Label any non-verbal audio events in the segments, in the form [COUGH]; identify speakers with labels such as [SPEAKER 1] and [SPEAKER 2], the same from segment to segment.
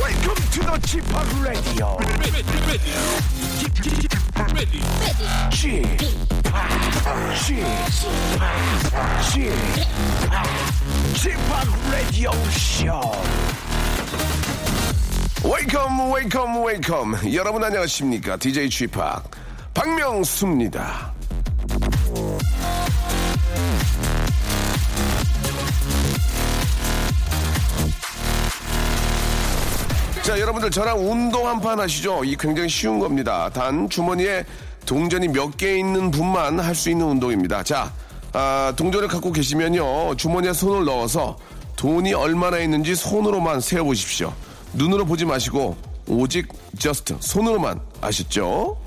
[SPEAKER 1] Welcome to the g p Radio. g p g p Radio Show. Welcome, welcome, welcome. 여러분 안녕하십니까? DJ g p 박명수입니다. 자, 여러분들 저랑 운동 한 판 하시죠? 이 굉장히 쉬운 겁니다. 단 주머니에 동전이 몇 개 있는 분만 할 수 있는 운동입니다. 자, 아, 동전을 갖고 계시면요. 주머니에 손을 넣어서 돈이 얼마나 있는지 손으로만 세어 보십시오. 눈으로 보지 마시고 오직 just 손으로만 아셨죠?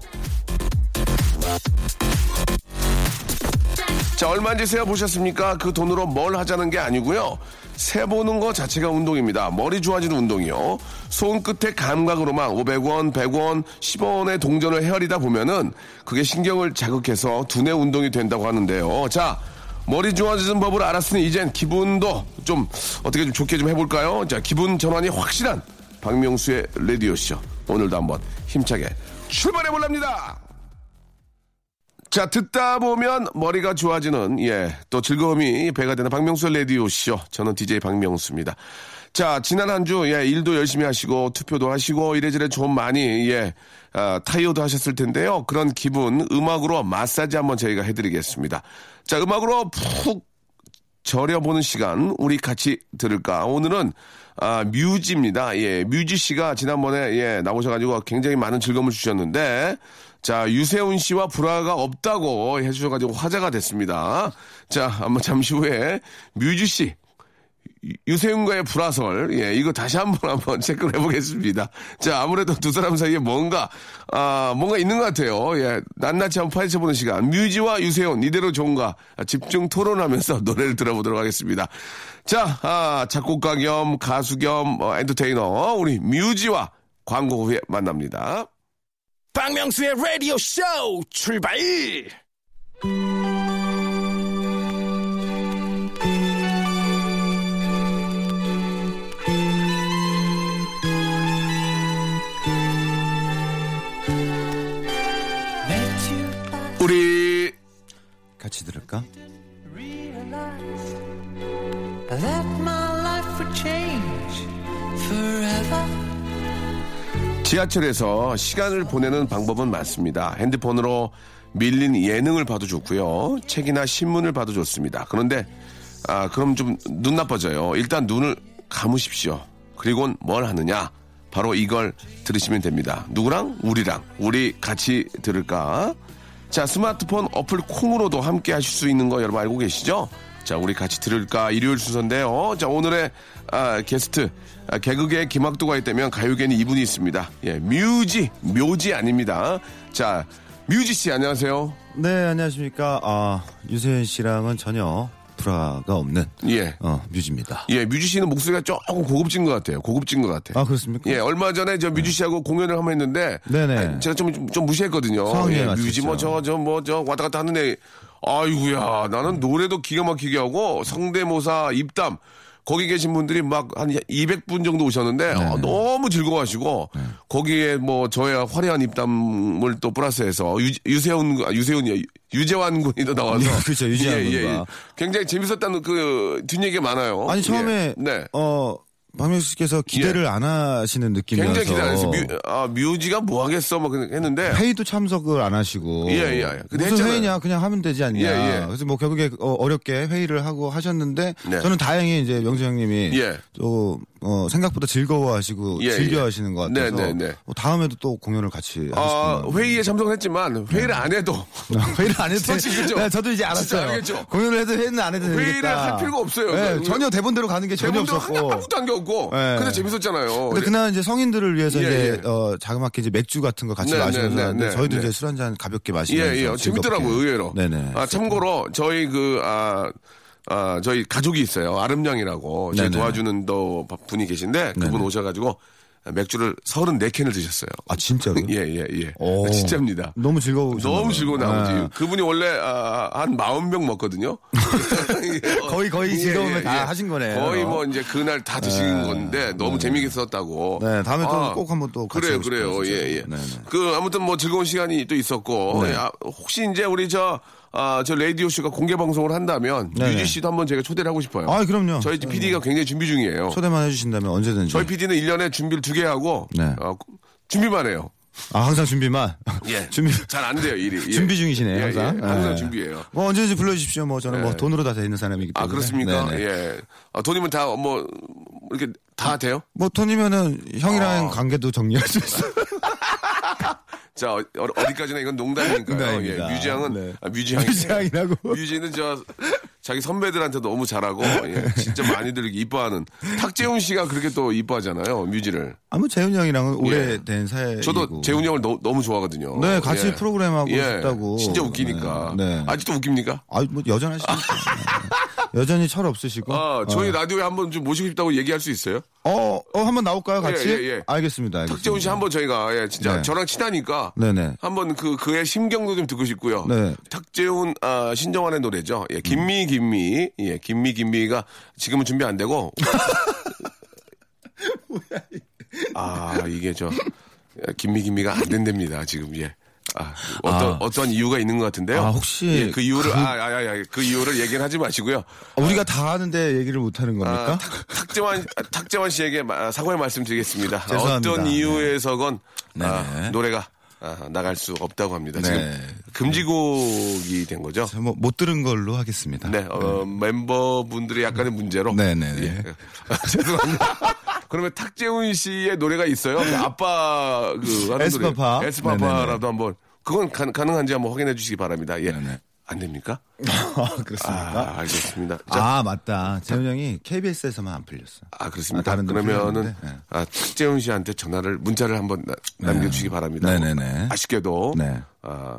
[SPEAKER 1] 자, 얼마인지 세어보셨습니까? 그 돈으로 뭘 하자는 게 아니고요. 세보는 거 자체가 운동입니다. 머리 좋아지는 운동이요. 손끝의 감각으로만 500원, 100원, 10원의 동전을 헤아리다 보면은 그게 신경을 자극해서 두뇌 운동이 된다고 하는데요. 자, 머리 좋아지는 법을 알았으니 이젠 기분도 좀 어떻게 좀 좋게 좀 해볼까요? 자, 기분 전환이 확실한 박명수의 레디오쇼. 오늘도 한번 힘차게 출발해볼랍니다! 자, 듣다 보면 머리가 좋아지는, 예, 또 즐거움이 배가 되는 박명수 레디오쇼. 저는 DJ 박명수입니다. 자, 지난 한 주, 예, 일도 열심히 하시고, 투표도 하시고, 이래저래 좀 많이, 예, 아, 타이어도 하셨을 텐데요. 그런 기분, 음악으로 마사지 한번 저희가 해드리겠습니다. 자, 음악으로 푹 절여보는 시간 우리 같이 들을까? 오늘은 아, 뮤지입니다. 예, 뮤지 씨가 지난번에 예, 나오셔가지고 굉장히 많은 즐거움을 주셨는데 자 유세훈 씨와 불화가 없다고 해주셔가지고 화제가 됐습니다. 자 한번 잠시 후에 뮤지 씨 유- 유세윤과의 불화설, 예, 이거 다시 한번 한번 [LAUGHS] 체크를 해보겠습니다. 자, 아무래도 두 사람 사이에 뭔가, 아, 뭔가 있는 것 같아요. 예, 낱낱이 한번 파헤쳐보는 시간. 뮤지와 유세윤, 이대로 좋은가? 아, 집중 토론하면서 [LAUGHS] 노래를 들어보도록 하겠습니다. 자, 아, 작곡가 겸 가수 겸 어, 엔터테이너, 우리 뮤지와 광고 후에 만납니다.
[SPEAKER 2] 박명수의 라디오 쇼 출발!
[SPEAKER 1] 우리
[SPEAKER 3] 같이 들을까?
[SPEAKER 4] that my life would change forever.
[SPEAKER 1] 지하철에서 시간을 보내는 방법은 많습니다. 핸드폰으로 밀린 예능을 봐도 좋고요. 책이나 신문을 봐도 좋습니다. 그런데 아 그럼 좀 눈 나빠져요. 일단 눈을 감으십시오. 그리곤 뭘 하느냐? 바로 이걸 들으시면 됩니다. 누구랑? 우리랑. 우리 같이 들을까? 자, 스마트폰 어플 콩으로도 함께 하실 수 있는 거 여러분 알고 계시죠? 자, 우리 같이 들을까? 일요일 순서인데요. 자, 오늘의 아, 게스트, 아, 개그계 김학도가 있다면 가요계는 이분이 있습니다. 예, 뮤지, 묘지 아닙니다. 자, 뮤지 씨, 안녕하세요.
[SPEAKER 3] 네, 안녕하십니까. 아, 유세윤 씨랑은 전혀 불화가 없는
[SPEAKER 1] 예.
[SPEAKER 3] 어, 뮤지입니다.
[SPEAKER 1] 예, 뮤지 씨는 목소리가 조금 고급진 것 같아요. 고급진 것 같아요.
[SPEAKER 3] 아, 그렇습니까?
[SPEAKER 1] 예, 얼마 전에 저 뮤지 씨하고 공연을 한번 했는데
[SPEAKER 3] 네네.
[SPEAKER 1] 아, 제가 좀, 좀 무시했거든요.
[SPEAKER 3] 상황이
[SPEAKER 1] 예,
[SPEAKER 3] 맞췄죠.
[SPEAKER 1] 뮤지 뭐 저 저 뭐 저 왔다 갔다 하는데 아이구야 나는 노래도 기가 막히게 하고 성대모사 입담 거기 계신 분들이 막 한 200분 정도 오셨는데 어, 너무 즐거워하시고
[SPEAKER 3] 네.
[SPEAKER 1] 거기에 뭐 저의 화려한 입담을 또 플러스해서 유, 세훈 아, 유세훈이 유재환 군이 또 나와서
[SPEAKER 3] 예, [LAUGHS] 그렇죠. 유재환 군과.
[SPEAKER 1] 굉장히 재밌었다는 그 뒷얘기가 많아요.
[SPEAKER 3] 아니, 처음에,
[SPEAKER 1] 예, 네. 예.
[SPEAKER 3] 어, 박명수 씨께서 기대를 안 하시는 느낌이어서
[SPEAKER 1] 굉장히 기대 안 했어요. 뮤, 아, 뮤지가 뭐 하겠어? 막 그냥 했는데.
[SPEAKER 3] 회의도 참석을 안 하시고
[SPEAKER 1] 예, 예, 예. 근데
[SPEAKER 3] 무슨
[SPEAKER 1] 했잖아요.
[SPEAKER 3] 회의냐 그냥 하면 되지 않냐
[SPEAKER 1] 예, 예.
[SPEAKER 3] 그래서 뭐 결국에 어, 어렵게 회의를 하고 하셨는데
[SPEAKER 1] 네.
[SPEAKER 3] 저는 다행히 이제 명수 형님이
[SPEAKER 1] 예.
[SPEAKER 3] 또 어, 생각보다 즐거워하시고
[SPEAKER 1] 예,
[SPEAKER 3] 즐겨하시는 것 같아서
[SPEAKER 1] 네, 네, 네.
[SPEAKER 3] 어, 다음에도 또 공연을 같이
[SPEAKER 1] 아,
[SPEAKER 3] 하고
[SPEAKER 1] 회의에 참석했지만 회의를 안 해도
[SPEAKER 3] 싶네요. 회의를 안 해도 되-
[SPEAKER 1] 솔직히 그죠?
[SPEAKER 3] 네, 저도 이제
[SPEAKER 1] 진짜
[SPEAKER 3] 알았어요.
[SPEAKER 1] 알겠죠?
[SPEAKER 3] 공연을 해도 회의는 안 해도 되겠다.
[SPEAKER 1] 회의를 할 필요가 없어요.
[SPEAKER 3] 네,
[SPEAKER 1] 그냥
[SPEAKER 3] 전혀 대본대로 가는 게 [LAUGHS] 전혀
[SPEAKER 1] 대본도 하나
[SPEAKER 3] 없었고.
[SPEAKER 1] 아무것도 안 겪고
[SPEAKER 3] 네.
[SPEAKER 1] 근데 재밌었잖아요.
[SPEAKER 3] 근데 그날 이제 성인들을 위해서
[SPEAKER 1] 예,
[SPEAKER 3] 이제
[SPEAKER 1] 예.
[SPEAKER 3] 어, 자그맣게 이제 맥주 같은 거 같이
[SPEAKER 1] 네, 네,
[SPEAKER 3] 마시면서
[SPEAKER 1] 네,
[SPEAKER 3] 하는데
[SPEAKER 1] 네,
[SPEAKER 3] 저희도
[SPEAKER 1] 네.
[SPEAKER 3] 이제 술 한 잔 가볍게
[SPEAKER 1] 예,
[SPEAKER 3] 마시면서
[SPEAKER 1] 예.
[SPEAKER 3] 즐겁게.
[SPEAKER 1] 재밌더라고요, 의외로.
[SPEAKER 3] 네네.
[SPEAKER 1] 아, 참고로, 저희 그, 아, 아, 저희 가족이 있어요. 아름양이라고. 저희
[SPEAKER 3] 네네.
[SPEAKER 1] 도와주는 또 분이 계신데, 그분
[SPEAKER 3] 네네.
[SPEAKER 1] 오셔가지고, 맥주를 34캔을 드셨어요.
[SPEAKER 3] 아 진짜로?
[SPEAKER 1] 예, 예, 예.
[SPEAKER 3] 오.
[SPEAKER 1] 진짜입니다.
[SPEAKER 3] 너무 즐거워.
[SPEAKER 1] 너무 즐거운 아버지. 그분이 원래, 아, 한 40병 먹거든요. 예.
[SPEAKER 3] [LAUGHS] 거의, 거의 즐거움을 다 하신 거네요.
[SPEAKER 1] 거의 뭐 이제 그날 다 드신 건데, 너무 재미있게 썼다고. 아,
[SPEAKER 3] 네, 다음에 또꼭 한번 또 같이
[SPEAKER 1] 그래요,
[SPEAKER 3] 하고
[SPEAKER 1] 그래요.
[SPEAKER 3] 싶어요, 진짜.
[SPEAKER 1] 예, 예.
[SPEAKER 3] 네, 네.
[SPEAKER 1] 그 아무튼 뭐 즐거운 시간이 또 있었고 예, 아, 혹시 이제 우리 저 아, 저 레이디오 씨가 공개 방송을 한다면
[SPEAKER 3] 네네.
[SPEAKER 1] 유지 씨도 한번 제가 초대를 하고 싶어요.
[SPEAKER 3] 아 그럼요.
[SPEAKER 1] 저희 PD가 굉장히 준비 중이에요.
[SPEAKER 3] 초대만 해주신다면 언제든지.
[SPEAKER 1] 저희 PD는 1년에 준비를 두 개 하고
[SPEAKER 3] 네.
[SPEAKER 1] 어, 준비만 해요.
[SPEAKER 3] 아 항상 준비만.
[SPEAKER 1] 예.
[SPEAKER 3] [LAUGHS] 준비
[SPEAKER 1] 잘 안 돼요, 일이. 예.
[SPEAKER 3] 준비 중이시네요.
[SPEAKER 1] 예,
[SPEAKER 3] 항상.
[SPEAKER 1] 예, 항상
[SPEAKER 3] 네.
[SPEAKER 1] 준비해요.
[SPEAKER 3] 뭐 언제든지 불러주십시오. 뭐 저는 뭐
[SPEAKER 1] 네.
[SPEAKER 3] 돈으로 다 돼 있는 사람이기 때문에.
[SPEAKER 1] 아, 그렇습니까?
[SPEAKER 3] 네네.
[SPEAKER 1] 예. 아, 돈이면 다 뭐 이렇게 다 돼요?
[SPEAKER 3] 뭐 돈이면은 형이랑
[SPEAKER 1] 아.
[SPEAKER 3] 관계도 정리할 수 있어요. [LAUGHS]
[SPEAKER 1] 자, 어, 디까지나 이건 농담이니까요. 예,
[SPEAKER 3] 농담입니다.
[SPEAKER 1] 뮤지향은
[SPEAKER 3] 네.
[SPEAKER 1] 아, 뮤지향
[SPEAKER 3] 뮤지향이라고.
[SPEAKER 1] [LAUGHS] 뮤지는 저 자기 선배들한테 너무 잘하고 예, 진짜 많이들 이렇게 이뻐하는 탁재훈 씨가 그렇게 또 이뻐하잖아요. 뮤지를.
[SPEAKER 3] 아무 재훈 형이랑은
[SPEAKER 1] 예.
[SPEAKER 3] 오래된 네, 사이.
[SPEAKER 1] 저도 재훈이 형을 너, 무 좋아하거든요. 예.
[SPEAKER 3] 네, 같이 프로그램하고 싶다고.
[SPEAKER 1] 진짜 웃기니까.
[SPEAKER 3] 네, 네.
[SPEAKER 1] 아직도 웃깁니까?
[SPEAKER 3] 아뭐
[SPEAKER 1] [LAUGHS]
[SPEAKER 3] 여전하시니까. 여전히 철 없으시고.
[SPEAKER 1] 아, 저희 라디오에 한번 좀 모시고 싶다고 얘기할 수 있어요?
[SPEAKER 3] 어, 어, 한번 나올까요, 같이?
[SPEAKER 1] 예, 예, 예.
[SPEAKER 3] 알겠습니다. 알겠습니다.
[SPEAKER 1] 탁재훈 씨 한번 저희가 예, 진짜
[SPEAKER 3] 네.
[SPEAKER 1] 저랑 친하니까
[SPEAKER 3] 네네.
[SPEAKER 1] 한번 그 그의 심경도 좀 듣고 싶고요.
[SPEAKER 3] 네. 음.
[SPEAKER 1] 탁재훈 아, 신정환의 노래죠. 예, 김미 김미 예, 김미 김미가 지금은 준비 안
[SPEAKER 3] [LAUGHS]
[SPEAKER 1] 되고. 아 이게 저 예, 김미 김미가 안 된답니다 지금 예. 아, 어떤 어떤 이유가 있는 것 같은데요.
[SPEAKER 3] 아, 혹시
[SPEAKER 1] 예, 그 이유를
[SPEAKER 3] 그-
[SPEAKER 1] 아아아그 이유를 얘기는 하지 마시고요.
[SPEAKER 3] 아, 우리가 다 아는데 얘기를 못 하는 겁니까?
[SPEAKER 1] 아,
[SPEAKER 3] [LAUGHS]
[SPEAKER 1] 탁- 탁재환 탁재환 씨에게 마- 사과의 말씀드리겠습니다.
[SPEAKER 3] 죄송합니다. 네.
[SPEAKER 1] 어떤 이유에서건 아,
[SPEAKER 3] 네네.
[SPEAKER 1] 노래가 아, 나갈 수 없다고 합니다.
[SPEAKER 3] 네.
[SPEAKER 1] 지금 금지곡이 된 거죠.
[SPEAKER 3] 자, 뭐, 못 들은 걸로 하겠습니다.
[SPEAKER 1] 네, 어, 멤버분들의 약간의 문제로.
[SPEAKER 3] 네네네. 예. [LAUGHS]
[SPEAKER 1] 아, [LAUGHS] 죄송합니다. 그러면 탁재훈 씨의 노래가 있어요. 그 아빠 그 하는
[SPEAKER 3] 에스파파. 네,
[SPEAKER 1] 노래. 에스파파라도 한번 그건 가, 능한지 한번 확인해 주시기 바랍니다. 예.
[SPEAKER 3] 네네.
[SPEAKER 1] 안 됩니까?
[SPEAKER 3] 아, 그렇습니까?
[SPEAKER 1] 아, 알겠습니다. 자,
[SPEAKER 3] 아, 맞다. 재훈 형이 KBS에서만 안 풀렸어.
[SPEAKER 1] 아 그렇습니까?
[SPEAKER 3] 아, 다른 데
[SPEAKER 1] 그러면은
[SPEAKER 3] 필요한데, 네.
[SPEAKER 1] 아, 탁재훈 씨한테 전화를 문자를 한번 나- 남겨주시기 바랍니다.
[SPEAKER 3] 네네네.
[SPEAKER 1] 아쉽게도
[SPEAKER 3] 네.
[SPEAKER 1] 아,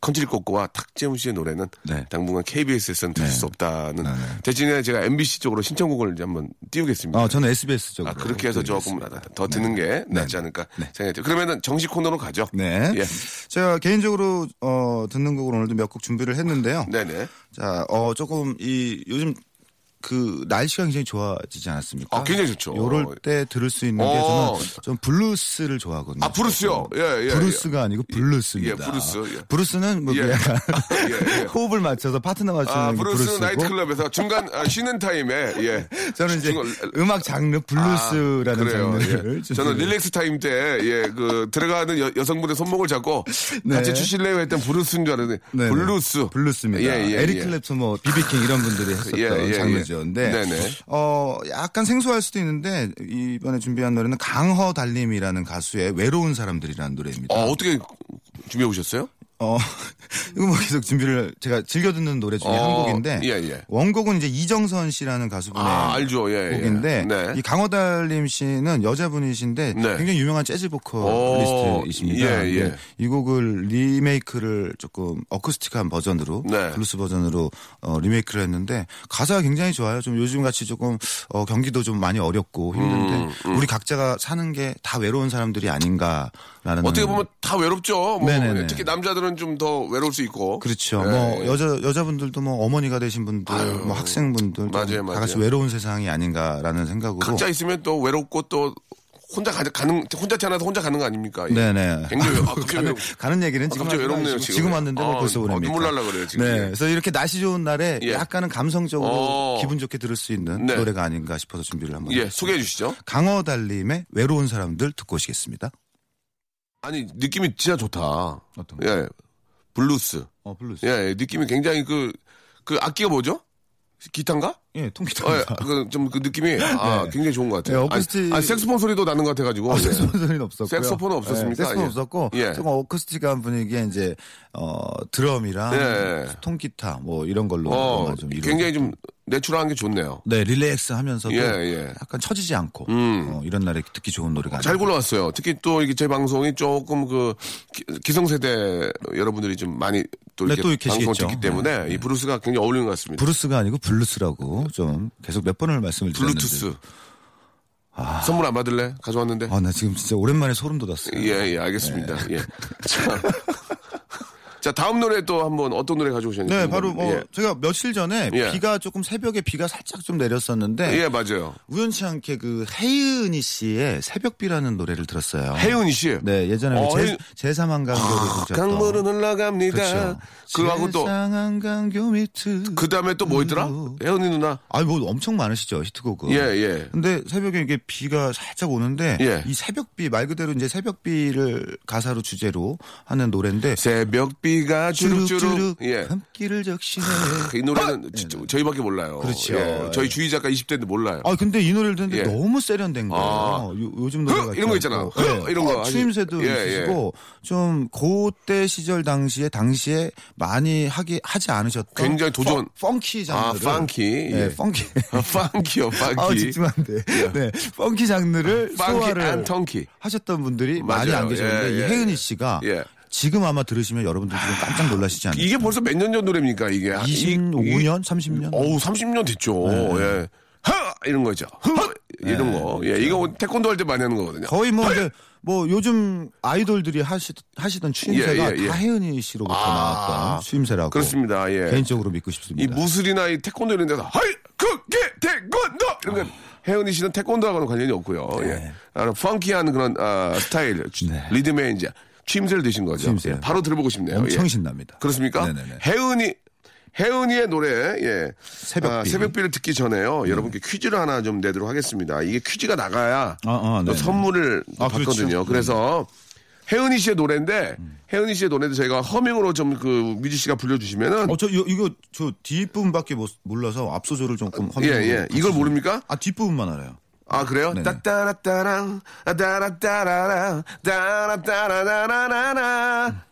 [SPEAKER 1] 컨질 꼬꼬와 탁재훈 씨의 노래는
[SPEAKER 3] 네.
[SPEAKER 1] 당분간 KBS에서는 들을
[SPEAKER 3] 네.
[SPEAKER 1] 수 없다는
[SPEAKER 3] 네네.
[SPEAKER 1] 대신에 제가 MBC 쪽으로 신청곡을 이제 한번 띄우겠습니다.
[SPEAKER 3] 아, 저는 SBS 쪽으로.
[SPEAKER 1] 아, 그렇게 해서 조금 아,
[SPEAKER 3] 드리겠습니다.
[SPEAKER 1] 더 듣는 게 낫지 않을까 생각이 돼요. 그러면은 정식 코너로 가죠.
[SPEAKER 3] 네.
[SPEAKER 1] 예.
[SPEAKER 3] 제가 개인적으로 어, 듣는 곡을 오늘도 몇 곡 준비를 했는데요.
[SPEAKER 1] 네네.
[SPEAKER 3] 자, 어, 조금 이 요즘 그 날씨가 굉장히 좋아지지 않았습니까?
[SPEAKER 1] 아, 굉장히 좋죠.
[SPEAKER 3] 요럴 때 들을 수 있는 게
[SPEAKER 1] 어.
[SPEAKER 3] 저는 좀 블루스를 좋아하거든요.
[SPEAKER 1] 아, 브루스요. 예, 예.
[SPEAKER 3] 브루스가 아니고 블루스입니다.
[SPEAKER 1] 예, 브루스, 예.
[SPEAKER 3] 브루스는 뭐
[SPEAKER 1] 예.
[SPEAKER 3] 약간 [LAUGHS]
[SPEAKER 1] 예, 예.
[SPEAKER 3] 호흡을 맞춰서 파트너 맞추는
[SPEAKER 1] 아,
[SPEAKER 3] 게
[SPEAKER 1] 브루스는
[SPEAKER 3] 브루스고
[SPEAKER 1] 나이트클럽에서 중간 아, 쉬는 타임에 예.
[SPEAKER 3] 저는 이제
[SPEAKER 1] 중간-
[SPEAKER 3] 음악 장르 블루스라는
[SPEAKER 1] 아, 그래요.
[SPEAKER 3] 장르를 [LAUGHS]
[SPEAKER 1] 예. 저는 릴렉스 타임 때, 예, 그, 들어가는 여, 여성분의 손목을 잡고
[SPEAKER 3] 네.
[SPEAKER 1] 같이 추실래요 했던 브루스인 줄 알았는데,
[SPEAKER 3] 네, 네.
[SPEAKER 1] 블루스.
[SPEAKER 3] 블루스입니다.
[SPEAKER 1] 예, 예,
[SPEAKER 3] 에릭
[SPEAKER 1] 예.
[SPEAKER 3] 클랩튼 뭐 비비킹 이런 분들이
[SPEAKER 1] [LAUGHS]
[SPEAKER 3] 했었던
[SPEAKER 1] 예, 예,
[SPEAKER 3] 장르죠.
[SPEAKER 1] 예.
[SPEAKER 3] 근데
[SPEAKER 1] 네네.
[SPEAKER 3] 어 약간 생소할 수도 있는데 이번에 준비한 노래는 강허 달림이라는 가수의 외로운 사람들이라는 노래입니다.
[SPEAKER 1] 어, 어떻게 준비해 오셨어요?
[SPEAKER 3] 어, [LAUGHS] 이거 뭐 계속 준비를 제가 즐겨 듣는 노래 중에 한
[SPEAKER 1] 어,
[SPEAKER 3] 곡인데
[SPEAKER 1] 예, 예.
[SPEAKER 3] 원곡은 이제 이정선 씨라는 가수분의
[SPEAKER 1] 아, 알죠. 예, 예.
[SPEAKER 3] 네. 곡인데
[SPEAKER 1] 네.
[SPEAKER 3] 이 강호달림 씨는 여자분이신데
[SPEAKER 1] 네.
[SPEAKER 3] 굉장히 유명한 재즈 보컬리스트이십니다.
[SPEAKER 1] 예, 예.
[SPEAKER 3] 근데 이 곡을 리메이크를 조금 어쿠스틱한 버전으로
[SPEAKER 1] 네.
[SPEAKER 3] 블루스 버전으로 어, 리메이크를 했는데 가사가 굉장히 좋아요. 좀 요즘 같이 조금 어, 경기도 좀 많이 어렵고 힘든데
[SPEAKER 1] 음,
[SPEAKER 3] 우리 각자가 사는 게 다 외로운 사람들이 아닌가라는
[SPEAKER 1] 어떻게 보면 다 외롭죠. 뭐,
[SPEAKER 3] 음. 네네네.
[SPEAKER 1] 특히 남자들은 좀 더 외로울 수 있고.
[SPEAKER 3] 그렇죠.
[SPEAKER 1] 예,
[SPEAKER 3] 뭐
[SPEAKER 1] 예.
[SPEAKER 3] 여자 여자분들도 뭐 어머니가 되신 분들, 뭐 학생분들 좀
[SPEAKER 1] 맞아요, 맞아요.
[SPEAKER 3] 다 같이 외로운 세상이 아닌가라는 생각으로
[SPEAKER 1] 각자 있으면 또 외롭고 또 혼자 가, 가는, 혼자 태어나서 혼자 가는 거 아닙니까? 예.
[SPEAKER 3] 네네.
[SPEAKER 1] 굉장히
[SPEAKER 3] [LAUGHS]
[SPEAKER 1] 외- 아, 갑자기
[SPEAKER 3] 가는,
[SPEAKER 1] 외롭-
[SPEAKER 3] 가는 얘기는
[SPEAKER 1] 아,
[SPEAKER 3] 지금
[SPEAKER 1] 갑자기
[SPEAKER 3] 하지
[SPEAKER 1] 외롭네요,
[SPEAKER 3] 마시고
[SPEAKER 1] 지금.
[SPEAKER 3] 지금 왔는데 왜
[SPEAKER 1] 아,
[SPEAKER 3] 벌써
[SPEAKER 1] 어,
[SPEAKER 3] 오랍니까?
[SPEAKER 1] 눈물 날라 그래요, 지금.
[SPEAKER 3] 네,
[SPEAKER 1] 예.
[SPEAKER 3] 그래서 이렇게 날씨 좋은 날에
[SPEAKER 1] 예.
[SPEAKER 3] 약간은 감성적으로
[SPEAKER 1] 어.
[SPEAKER 3] 기분 좋게 들을 수 있는
[SPEAKER 1] 네.
[SPEAKER 3] 노래가 아닌가 싶어서 준비를 한번.
[SPEAKER 1] 예,
[SPEAKER 3] 했습니다.
[SPEAKER 1] 소개해 주시죠.
[SPEAKER 3] 강어달님의 외로운 사람들 듣고 오시겠습니다.
[SPEAKER 1] 아니, 느낌이 진짜 좋다.
[SPEAKER 3] 어떤
[SPEAKER 1] 예. 블루스.
[SPEAKER 3] 어 블루스.
[SPEAKER 1] 예, 예, 느낌이 굉장히 그, 그 악기가 뭐죠? 기타인가?
[SPEAKER 3] 예, 통기타.
[SPEAKER 1] 어, 예,
[SPEAKER 3] [LAUGHS]
[SPEAKER 1] 그, 좀, 그 느낌이, 아, 굉장히 좋은 것 같아요.
[SPEAKER 3] 네,
[SPEAKER 1] 아니,
[SPEAKER 3] 어쿠스틱-
[SPEAKER 1] 아니, 색소폰 소리도 나는 것 같아가지고.
[SPEAKER 3] 아,
[SPEAKER 1] 예.
[SPEAKER 3] 색소폰은 없었고요.
[SPEAKER 1] 색소폰은 없었습니까?
[SPEAKER 3] 예, 색소폰
[SPEAKER 1] 예.
[SPEAKER 3] 없었고
[SPEAKER 1] 예.
[SPEAKER 3] 조금 어쿠스틱한 분위기에 이제 어 드럼이랑
[SPEAKER 1] 예.
[SPEAKER 3] 통기타 뭐 이런 걸로
[SPEAKER 1] 어,
[SPEAKER 3] 뭔가 좀 이루어진-
[SPEAKER 1] 굉장히 좀, 내추럴한 게 좋네요.
[SPEAKER 3] 네 릴렉스 하면서도
[SPEAKER 1] 예, 예.
[SPEAKER 3] 약간 처지지 않고
[SPEAKER 1] 음.
[SPEAKER 3] 어, 이런 날에 듣기 좋은 노래가
[SPEAKER 1] 잘
[SPEAKER 3] 아닌가.
[SPEAKER 1] 골라왔어요. 특히 또 이렇게 제 방송이 조금 그 기- 기성세대 여러분들이 좀 많이 또
[SPEAKER 3] 네,
[SPEAKER 1] 이렇게
[SPEAKER 3] 또 이렇게
[SPEAKER 1] 방송
[SPEAKER 3] 계시겠죠.
[SPEAKER 1] 듣기 때문에
[SPEAKER 3] 네, 네.
[SPEAKER 1] 이 브루스가 굉장히 어울리는 것 같습니다.
[SPEAKER 3] 브루스가 아니고 블루스라고 좀 계속 몇 번을 말씀을 드렸는데
[SPEAKER 1] 블루투스. 선물 안 받을래? 가져왔는데.
[SPEAKER 3] 아 나 지금 진짜 오랜만에 소름 돋았어요.
[SPEAKER 1] 예, 예, 알겠습니다. 예. 자, 자, 다음 노래 또 한번 어떤 노래 가져오셨는지.
[SPEAKER 3] 네,
[SPEAKER 1] 한번,
[SPEAKER 3] 바로 뭐
[SPEAKER 1] 예.
[SPEAKER 3] 제가 며칠 전에
[SPEAKER 1] 예.
[SPEAKER 3] 비가 조금 새벽에 비가 살짝 좀 내렸었는데
[SPEAKER 1] 예, 맞아요.
[SPEAKER 3] 우연치 않게 그 해은이 씨의 새벽비라는 노래를 들었어요.
[SPEAKER 1] 혜은 씨.
[SPEAKER 3] 네, 예전에
[SPEAKER 1] 어,
[SPEAKER 3] 제,
[SPEAKER 1] 혜은-
[SPEAKER 3] 제3한 강교를 부르셨던
[SPEAKER 1] 강물은 흘러갑니다.
[SPEAKER 3] 그렇죠.
[SPEAKER 1] 그거하고 또,
[SPEAKER 3] 제3한 강교 밑
[SPEAKER 1] 그 다음에 또 뭐 있더라?
[SPEAKER 3] 음.
[SPEAKER 1] 혜은이 누나.
[SPEAKER 3] 아니 뭐 엄청 많으시죠 히트곡은.
[SPEAKER 1] 예, 예.
[SPEAKER 3] 근데 새벽에 이게 비가 살짝 오는데
[SPEAKER 1] 예.
[SPEAKER 3] 이 새벽비 말 그대로 이제 새벽비를 가사로 주제로 하는 노래인데
[SPEAKER 1] 새벽비가 주룩주룩. 예. 아,
[SPEAKER 3] 밤길을 적시네.
[SPEAKER 1] 크, 이 노래는 진짜 뭐 저희밖에 몰라요.
[SPEAKER 3] 그렇죠.
[SPEAKER 1] 예, 저희
[SPEAKER 3] 예.
[SPEAKER 1] 주희 작가 20대인데 몰라요.
[SPEAKER 3] 아 근데 이 노래를 듣는데
[SPEAKER 1] 예.
[SPEAKER 3] 너무 세련된 거예요.
[SPEAKER 1] 아.
[SPEAKER 3] 요, 즘
[SPEAKER 1] 흥!
[SPEAKER 3] 노래 같
[SPEAKER 1] 이런 거 있잖아. 흥! 이런 거.
[SPEAKER 3] 어, 추임새도
[SPEAKER 1] 예, 예.
[SPEAKER 3] 있으시고 좀 그때 시절 당시에 당시에 많이 하기 하지 않으셨던
[SPEAKER 1] 굉장히 도전-
[SPEAKER 3] 펑, 펑키
[SPEAKER 1] 아,
[SPEAKER 3] 장르를
[SPEAKER 1] 펑키.
[SPEAKER 3] 네,
[SPEAKER 1] 예.
[SPEAKER 3] 펑키.
[SPEAKER 1] [LAUGHS] 펑키요, 펑키.
[SPEAKER 3] 아, 집중한데. [LAUGHS] 네, 펑키 장르를
[SPEAKER 1] 예. 아, 펑키 앤
[SPEAKER 3] 소화를
[SPEAKER 1] 턴키.
[SPEAKER 3] 하셨던 분들이 많이
[SPEAKER 1] 맞아요.
[SPEAKER 3] 안
[SPEAKER 1] 예,
[SPEAKER 3] 계셨는데
[SPEAKER 1] 예,
[SPEAKER 3] 이 혜은이
[SPEAKER 1] 예.
[SPEAKER 3] 씨가
[SPEAKER 1] 예.
[SPEAKER 3] 지금 아마 들으시면 여러분들 지금 깜짝 놀라시지 않을까.
[SPEAKER 1] 이게 벌써 몇 년 전 노래입니까, 이게? 아, 이- 이-
[SPEAKER 3] 25년, 30년.
[SPEAKER 1] 어우, 30년 됐죠.
[SPEAKER 3] 네.
[SPEAKER 1] 예. 하! 이런 거죠. 흥! 이런 거. 예, 이거 태권도 할 때 많이 하는 거거든요.
[SPEAKER 3] 거의 뭐, 이제 뭐 요즘 아이돌들이 하시, 하시던 추임새가
[SPEAKER 1] 예, 예, 예.
[SPEAKER 3] 다 혜은이 씨로부터
[SPEAKER 1] 아,
[SPEAKER 3] 나왔던 추임새라고
[SPEAKER 1] 그렇습니다. 예.
[SPEAKER 3] 개인적으로 믿고
[SPEAKER 1] 이
[SPEAKER 3] 싶습니다.
[SPEAKER 1] 무술이나 이 태권도 이런 데서 하이 그게 태권도
[SPEAKER 3] 어.
[SPEAKER 1] 이런 건 혜은이 씨는 태권도하고는 관련이 없고요. 예. 아, 펑키한 그런 아, 스타일 주-
[SPEAKER 3] 네.
[SPEAKER 1] 리듬에 이제 취임새를 드신 거죠.
[SPEAKER 3] 취임새.
[SPEAKER 1] 예, 바로 들어보고 싶네요.
[SPEAKER 3] 엄청
[SPEAKER 1] 예.
[SPEAKER 3] 신납니다.
[SPEAKER 1] 그렇습니까?
[SPEAKER 3] 네네네.
[SPEAKER 1] 혜은이 혜은이의 노래 예.
[SPEAKER 3] 새벽비. 음.
[SPEAKER 1] 아, 새벽비를 듣기 전에요. 여러분께 퀴즈를 하나 좀 내도록 하겠습니다. 이게 퀴즈가 나가야
[SPEAKER 3] 아, 아,
[SPEAKER 1] 또
[SPEAKER 3] 네네.
[SPEAKER 1] 선물을
[SPEAKER 3] 아,
[SPEAKER 1] 받거든요.
[SPEAKER 3] 그렇죠. 음.
[SPEAKER 1] 그래서 혜은이 씨의 노래인데 혜은이 씨의 노래도 저희가 허밍으로 좀 그 뮤지 씨가 불려주시면은
[SPEAKER 3] 어, 저, 이거, 이거, 저 뒷부분밖에 못- 몰라서 앞소절을 조금
[SPEAKER 1] 예,
[SPEAKER 3] 허밍으로
[SPEAKER 1] 예.
[SPEAKER 3] 같이
[SPEAKER 1] 이걸
[SPEAKER 3] 좀-
[SPEAKER 1] 모릅니까?
[SPEAKER 3] 아, 뒷부분만 알아요.
[SPEAKER 1] 아, 그래요?
[SPEAKER 3] 네네.
[SPEAKER 1] 따따라따랑, 따라따라랑,
[SPEAKER 3] 음.
[SPEAKER 1] 따라따라라라라.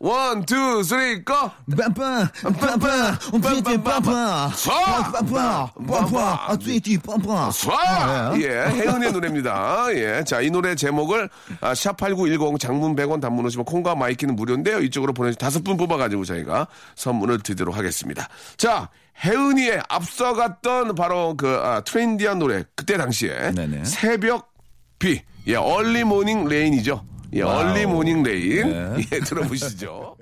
[SPEAKER 1] 원, 투, 쓰리, 고!
[SPEAKER 3] 빠빠, 빠빠, 옴피디 빠빠, Ah,
[SPEAKER 1] 쏴!
[SPEAKER 3] 빠빠, 빠빠, 아뚜이디 네. 빠빠. Ah,
[SPEAKER 1] 와! 예, 혜은의 노래입니다. 예. 자, 이 노래 제목을, 아, 샵8910 장문 100원 단문 오시면 콩과 마이키는 무료인데요. 이쪽으로 보내주 다섯 분 뽑아가지고 저희가 선물을 드리도록 하겠습니다. 자, 혜은이의 앞서갔던 바로 그, 아, 트렌디한 노래. 그때 당시에.
[SPEAKER 3] 네네.
[SPEAKER 1] 새벽 비. 예, 얼리 모닝 레인이죠. 예, 얼리 모닝 레인.
[SPEAKER 3] 네.
[SPEAKER 1] [LAUGHS] 예, 들어보시죠.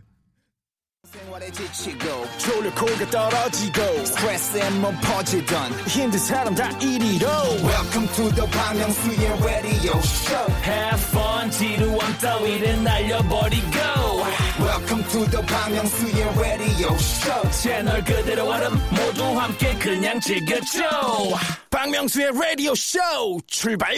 [SPEAKER 5] 생활에 지치고, 졸려 코가 떨어지고, 스트레스에 몸 퍼지던, 힘든 사람 다 이리로. welcome to the Bang Myung-soo's radio show
[SPEAKER 6] Have fun 지루함 따위를 날려버리고
[SPEAKER 5] welcome to the Bang Myung-soo's radio show
[SPEAKER 6] 채널 그대로 얼음 모두 함께 그냥 즐겨줘
[SPEAKER 2] 박명수의 라디오 쇼 출발!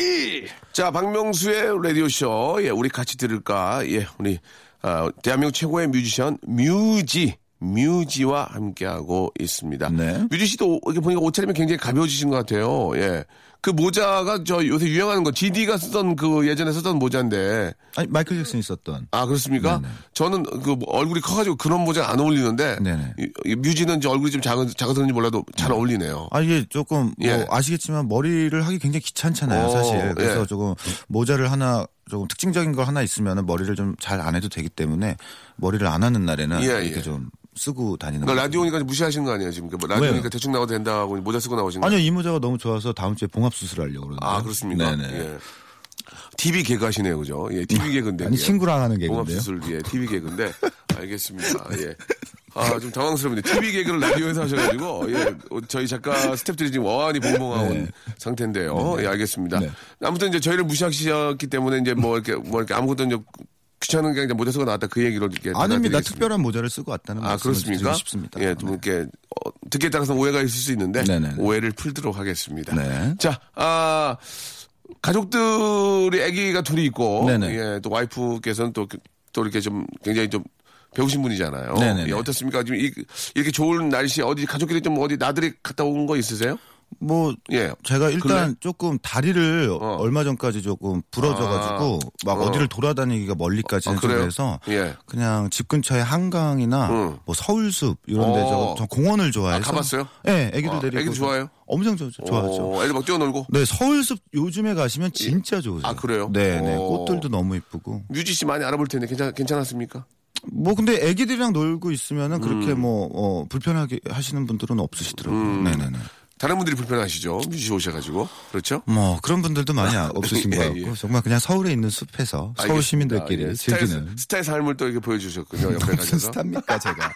[SPEAKER 1] 자, 박명수의 라디오쇼. 예, 우리 같이 들을까? 예, 우리, 아, 대한민국 최고의 뮤지션, 뮤지. 뮤지와 함께하고 있습니다.
[SPEAKER 3] 네.
[SPEAKER 1] 뮤지 씨도 이렇게 보니까 옷차림이 굉장히 가벼워지신 것 같아요. 예. 그 모자가 저 요새 유행하는 거, GD가 쓰던 그 예전에 쓰던 모자인데.
[SPEAKER 3] 아니, 마이클 잭슨이 썼던.
[SPEAKER 1] 아, 그렇습니까?
[SPEAKER 3] 네,
[SPEAKER 1] 저는 그뭐 얼굴이 커가지고 그런 모자 안 어울리는데.
[SPEAKER 3] 네네.
[SPEAKER 1] 이- 이 뮤지는 이제 얼굴이 좀 작은, 작아서는지 몰라도 잘 어울리네요.
[SPEAKER 3] 아, 이게 조금, 뭐
[SPEAKER 1] 예.
[SPEAKER 3] 아시겠지만 머리를 하기 굉장히 귀찮잖아요,
[SPEAKER 1] 어,
[SPEAKER 3] 사실. 그래서
[SPEAKER 1] 예.
[SPEAKER 3] 조금 모자를 하나, 조금 특징적인 걸 하나 있으면 머리를 좀 잘 안 해도 되기 때문에 머리를 안 하는 날에는
[SPEAKER 1] 예,
[SPEAKER 3] 이렇게
[SPEAKER 1] 예.
[SPEAKER 3] 좀 쓰고 다니는
[SPEAKER 1] 그러니까
[SPEAKER 3] 거죠.
[SPEAKER 1] 라디오니까 무시하신 거 아니에요, 지금. 그러니까 라디오니까
[SPEAKER 3] 왜요?
[SPEAKER 1] 대충 나와도 된다고 모자 쓰고 나오신 거
[SPEAKER 3] 아니요, 이 모자가 너무 좋아서 다음 주에 봉합수술 하려고 그러는데.
[SPEAKER 1] 아 그렇습니까?
[SPEAKER 3] 네네.
[SPEAKER 1] 예. TV 개그 하시네요, 그죠? 예, TV 개그인데.
[SPEAKER 3] 아니, 친구랑 하는 개그인데요? 네.
[SPEAKER 1] 공합수술 예, TV 개그인데. 알겠습니다.
[SPEAKER 3] [LAUGHS]
[SPEAKER 1] 예. 아, 좀 당황스럽네요. TV 개그를 라디오에서 하셔가지고, 예, 어, 저희 작가 스탭들이 지금 어안이 봉봉하고
[SPEAKER 3] 네.
[SPEAKER 1] 있는 상태인데요. 예, 알겠습니다. 아무튼 이제 저희를 무시하셨기 때문에 이제 뭐 이렇게, 뭐 이렇게 아무것도 이제 귀찮은 게 아니라 모자 쓰고 나왔다 그 얘기로 이렇게.
[SPEAKER 3] 아닙니다.
[SPEAKER 1] 전화드리겠습니다.
[SPEAKER 3] 특별한 모자를 쓰고 왔다는
[SPEAKER 1] 아,
[SPEAKER 3] 말씀을
[SPEAKER 1] 그렇습니까?
[SPEAKER 3] 드리고 싶습니다. 네.
[SPEAKER 1] 예, 좀 이렇게 어, 듣기에 따라서 오해가 있을 수 있는데
[SPEAKER 3] 네네네.
[SPEAKER 1] 오해를 풀도록 하겠습니다.
[SPEAKER 3] 네.
[SPEAKER 1] 자, 아 가족들이 아기가 둘이 있고
[SPEAKER 3] 네네.
[SPEAKER 1] 예, 또 와이프께서는 또, 그- 또 이렇게 좀 굉장히 좀 배우신 분이잖아요.
[SPEAKER 3] 네네네.
[SPEAKER 1] 예, 어떻습니까? 지금 이, 이렇게 좋은 날씨 어디 가족끼리 좀 어디 나들이 갔다 온 거 있으세요?
[SPEAKER 3] 뭐
[SPEAKER 1] 예.
[SPEAKER 3] 제가 일단
[SPEAKER 1] 근데-
[SPEAKER 3] 조금 다리를
[SPEAKER 1] 어.
[SPEAKER 3] 얼마 전까지 조금 부러져가지고
[SPEAKER 1] 아.
[SPEAKER 3] 막
[SPEAKER 1] 어.
[SPEAKER 3] 어. 디를 돌아다니기가 멀리까지는
[SPEAKER 1] 아,
[SPEAKER 3] 좀
[SPEAKER 1] 그래요?
[SPEAKER 3] 그래서
[SPEAKER 1] 예.
[SPEAKER 3] 그냥 집 근처에 한강이나
[SPEAKER 1] 음.
[SPEAKER 3] 뭐 서울숲 이런 데
[SPEAKER 1] 어.
[SPEAKER 3] 저, 저 공원을 좋아해서
[SPEAKER 1] 아, 가봤어요?
[SPEAKER 3] 네, 애기들
[SPEAKER 1] 아,
[SPEAKER 3] 데리고
[SPEAKER 1] 애기들 좋아해요?
[SPEAKER 3] 엄청 좋- 좋아하죠.
[SPEAKER 1] 오, 애들 막 뛰어놀고.
[SPEAKER 3] 네, 서울숲 요즘에 가시면 진짜 좋으세요.
[SPEAKER 1] 아, 그래요?
[SPEAKER 3] 네, 네.
[SPEAKER 1] 오.
[SPEAKER 3] 꽃들도 너무 이쁘고.
[SPEAKER 1] 뮤지 씨 많이 알아볼 텐데 괜찮 괜찮았습니까?
[SPEAKER 3] 뭐 근데 애기들이랑 놀고 있으면은 그렇게
[SPEAKER 1] 음.
[SPEAKER 3] 뭐 어, 불편하게 하시는 분들은 없으시더라고요. 네, 네, 네.
[SPEAKER 1] 다른 분들이 불편하시죠? 뮤지 씨 오셔가지고 그렇죠?
[SPEAKER 3] 뭐 그런
[SPEAKER 1] [LAUGHS]
[SPEAKER 3] 분들도 많이 아- 없으신
[SPEAKER 1] 예,
[SPEAKER 3] 것 같고
[SPEAKER 1] 예.
[SPEAKER 3] 정말 그냥 서울에 있는 숲에서 서울
[SPEAKER 1] 알겠습니다.
[SPEAKER 3] 시민들끼리
[SPEAKER 1] 예, 스타의,
[SPEAKER 3] 즐기는
[SPEAKER 1] 스타의 삶을 또 이렇게 보여주셨군요. 옆에
[SPEAKER 3] 무슨
[SPEAKER 1] 가셔서
[SPEAKER 3] 스타입니까 제가